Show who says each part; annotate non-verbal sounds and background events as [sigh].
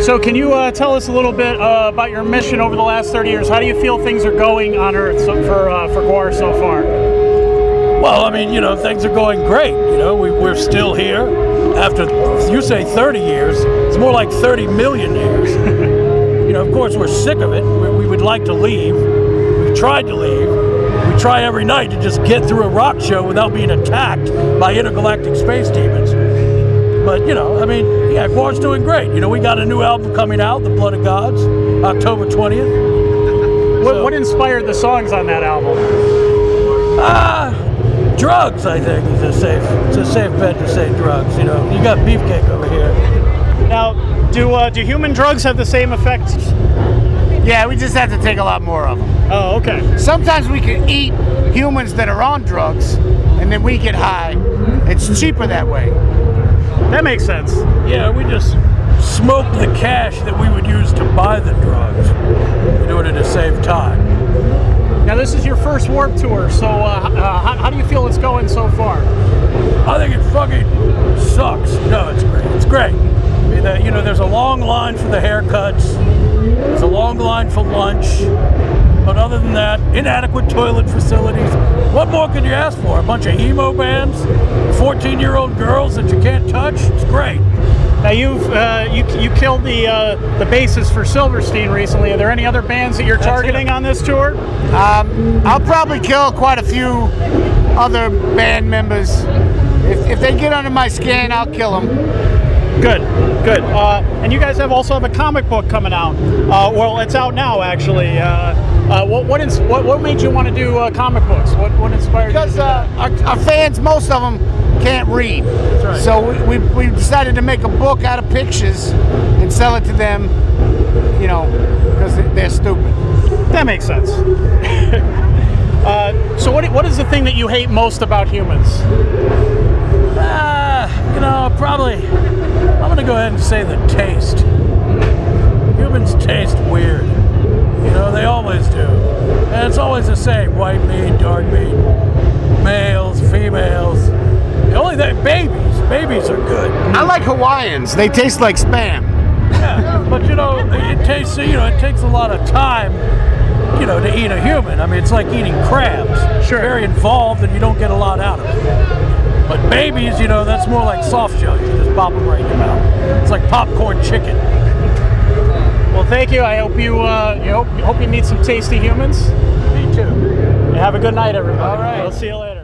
Speaker 1: So, can you uh, tell us a little bit uh, about your mission over the last 30 years? How do you feel things are going on Earth so, for uh, for Guar so far?
Speaker 2: Well, I mean, you know, things are going great. You know, we, we're still here after, you say 30 years, it's more like 30 million years. you know, of course, we're sick of it. We, we would like to leave. We've tried to leave. We try every night to just get through a rock show without being attacked by intergalactic space demons. But, you know, I mean, yeah, Guar's doing great. You know, we got a new album coming out, The Blood of Gods, October 20th.
Speaker 1: What, what inspired the songs on that album?
Speaker 2: Ah, drugs. I think is a safe. It's a safe bet to say drugs. You know, you got beefcake over here.
Speaker 1: Now, do uh, do human drugs have the same effect?
Speaker 3: Yeah, we just have to take a lot more of them.
Speaker 1: Oh, okay.
Speaker 3: Sometimes we can eat humans that are on drugs, and then we get high. It's cheaper that way.
Speaker 1: That makes sense.
Speaker 2: Yeah, we just smoked the cash that we would use to buy the drugs in order to save time.
Speaker 1: Now, this is your first warp tour, so uh, uh, how, how do you feel it's going so far?
Speaker 2: I think it fucking sucks. No, it's great. It's great. I mean, that- you know, there's a long line for the haircuts. There's a long line for lunch. But other than that, inadequate toilet facilities. What more could you ask for? A bunch of emo bands, 14-year-old girls that you can't touch. It's great.
Speaker 1: Now, you've uh, you you killed the uh, the bassist for Silverstein recently. Are there any other bands that you're
Speaker 2: it.
Speaker 1: targeting on this tour?
Speaker 3: Um, I'll probably kill quite a few other band members. If, if they get under my skin, I'll kill them.
Speaker 1: Good, good. Uh, and you guys have also have a comic book coming out. Uh, well, it's out now actually. Uh, uh, what what, ins- what what made you want to do uh, comic books? What what inspired
Speaker 3: Because
Speaker 1: you? to do
Speaker 3: uh, our, our fans, most of them, can't read.
Speaker 2: right.
Speaker 3: So we, we, we decided to make a book out of pictures and sell it to them, you know, because they're stupid.
Speaker 1: that? that makes sense. [laughs] uh, so what what is the thing that you hate most about humans?
Speaker 2: Ah, you know, probably. I'm gonna go ahead and say the taste. Humans taste weird. You know, they always do. And it's always the same: white meat, dark meat, males, females. The only thing, babies. Babies are good.
Speaker 3: I like Hawaiians. They taste like spam.
Speaker 2: Yeah, but you know, it tastes. You know, it takes a lot of time. You know, to eat a human. I mean, it's like eating crabs.
Speaker 1: Sure.
Speaker 2: Very involved, and you don't get a lot out of it. But babies, you know, that's more like soft shell. You just pop them right in your mouth. It's like popcorn chicken.
Speaker 1: Well, thank you. I hope you uh, you hope, hope you meet some tasty humans.
Speaker 2: Me too.
Speaker 1: And have a good night, everybody.
Speaker 2: All right.
Speaker 1: I'll see you later.